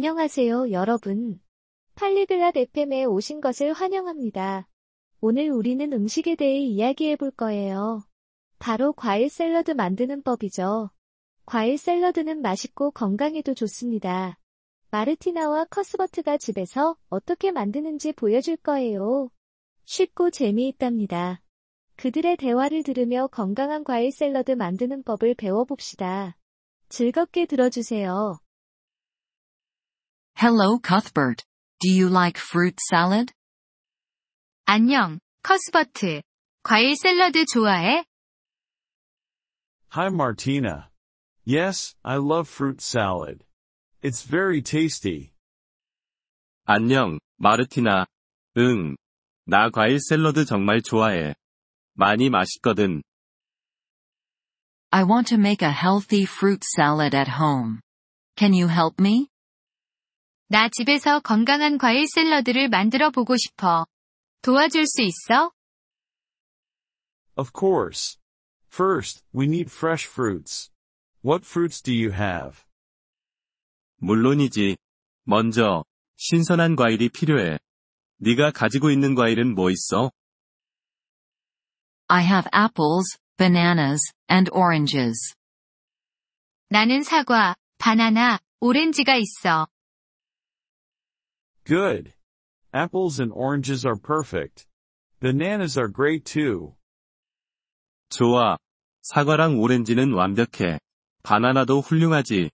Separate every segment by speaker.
Speaker 1: 안녕하세요, 여러분. 팔리글랏 FM에 오신 것을 환영합니다. 오늘 우리는 음식에 대해 이야기해 볼 거예요. 바로 과일 샐러드 만드는 법이죠. 과일 샐러드는 맛있고 건강에도 좋습니다. 마르티나와 커스버트가 집에서 어떻게 만드는지 보여줄 거예요. 쉽고 재미있답니다. 그들의 대화를 들으며 건강한 과일 샐러드 만드는 법을 배워봅시다. 즐겁게 들어주세요.
Speaker 2: Hello, Cuthbert. Do you like fruit salad?
Speaker 3: 안녕, 커스버트. 과일 샐러드 좋아해?
Speaker 4: Hi Martina. Yes, I love fruit salad. It's very tasty.
Speaker 5: 안녕, 마르티나. 응. 나 과일 샐러드 정말 좋아해. 많이 맛있거든.
Speaker 2: I want to make a healthy fruit salad at home. Can you help me?
Speaker 3: 나 집에서 건강한 과일 샐러드를 만들어 보고 싶어. 도와줄 수 있어?
Speaker 4: Of course. First, we need fresh fruits. What fruits do you have?
Speaker 5: 물론이지. 먼저, 신선한 과일이 필요해. 네가 가지고 있는 과일은 뭐 있어?
Speaker 2: I have apples, bananas, and oranges.
Speaker 3: 나는 사과, 바나나, 오렌지가 있어.
Speaker 4: Good. Apples and oranges are perfect. Bananas are great too.
Speaker 5: 좋아. 사과랑 오렌지는 완벽해. 바나나도 훌륭하지.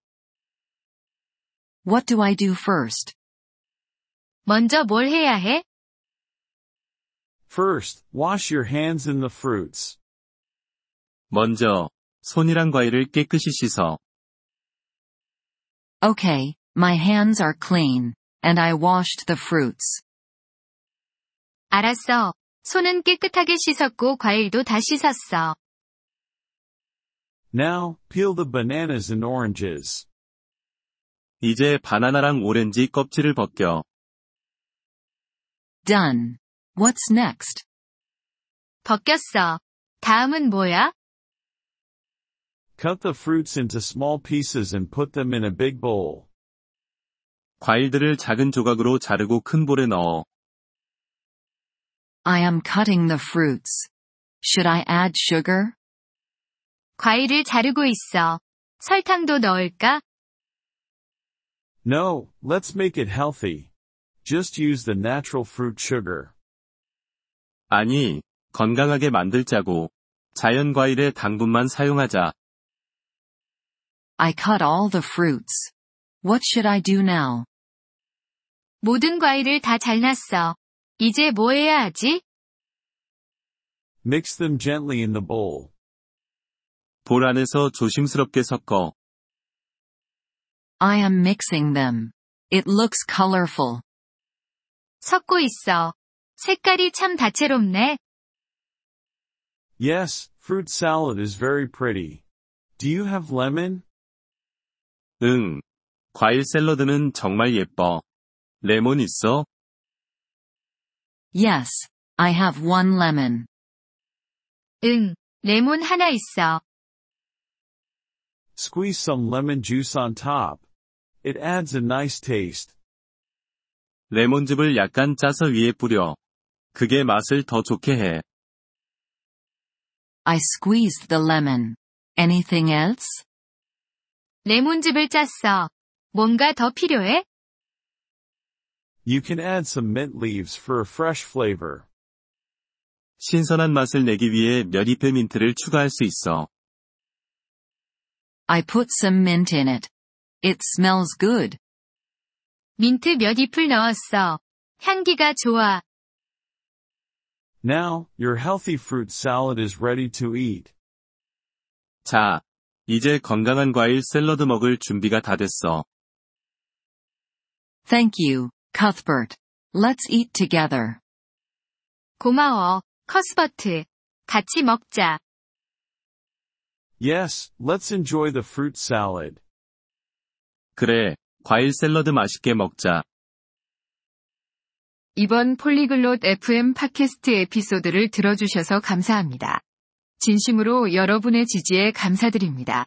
Speaker 2: What do I do first?
Speaker 3: 먼저 뭘 해야 해?
Speaker 4: First, wash your hands in the fruits.
Speaker 5: 먼저, 손이랑 과일을 깨끗이 씻어.
Speaker 2: Okay, my hands are clean, and I washed the fruits.
Speaker 3: 알았어. 손은 깨끗하게 씻었고 과일도 다 씻었어.
Speaker 4: Now, peel the bananas and oranges.
Speaker 5: 이제 바나나랑 오렌지 껍질을 벗겨.
Speaker 2: Done. What's next?
Speaker 3: 벗겼어. 다음은 뭐야?
Speaker 4: Cut the fruits into small pieces and put them in a big bowl.
Speaker 5: 과일들을 작은 조각으로 자르고 큰 볼에 넣어.
Speaker 2: I am cutting the fruits. Should I add sugar?
Speaker 3: 과일을 자르고 있어. 설탕도 넣을까?
Speaker 4: No, let's make it healthy. Just use the natural fruit sugar.
Speaker 5: 아니, 건강하게 만들자고. 자연 과일의 당분만 사용하자.
Speaker 2: I cut all the fruits. What should I do now?
Speaker 3: 모든 과일을 다 잘랐어. 이제 뭐 해야 하지?
Speaker 4: Mix them gently in the bowl.
Speaker 5: 볼 안에서 조심스럽게 섞어.
Speaker 2: I am mixing them. It looks colorful.
Speaker 3: 섞고 있어. 색깔이 참 다채롭네.
Speaker 4: Yes, fruit salad is very pretty. Do you have lemon?
Speaker 5: 응. 과일 샐러드는 정말 예뻐. 레몬 있어?
Speaker 2: Yes, I have one lemon.
Speaker 3: 응, 레몬 하나 있어.
Speaker 4: Squeeze some lemon juice on top. It adds a nice taste.
Speaker 5: 레몬즙을 약간 짜서 위에 뿌려. 그게 맛을 더 좋게 해.
Speaker 2: I squeezed the lemon. Anything else?
Speaker 3: 레몬즙을 짰어. 뭔가 더 필요해?
Speaker 4: You can add some mint leaves for a fresh flavor.
Speaker 5: 신선한 맛을 내기 위해 몇 잎의 민트를 추가할 수 있어.
Speaker 2: I put some mint in it. It smells good.
Speaker 3: 민트 몇 잎을 넣었어. 향기가 좋아.
Speaker 4: Now, your healthy fruit salad is ready to eat.
Speaker 5: 자, 이제 건강한 과일 샐러드 먹을 준비가 다 됐어.
Speaker 2: Thank you, Cuthbert. Let's eat together.
Speaker 3: 고마워, 커스버트. 같이 먹자.
Speaker 4: Yes, let's enjoy the fruit salad.
Speaker 5: 그래, 과일 샐러드 맛있게 먹자.
Speaker 3: 이번 폴리글롯 FM 팟캐스트 에피소드를 들어주셔서 감사합니다. 진심으로 여러분의 지지에 감사드립니다.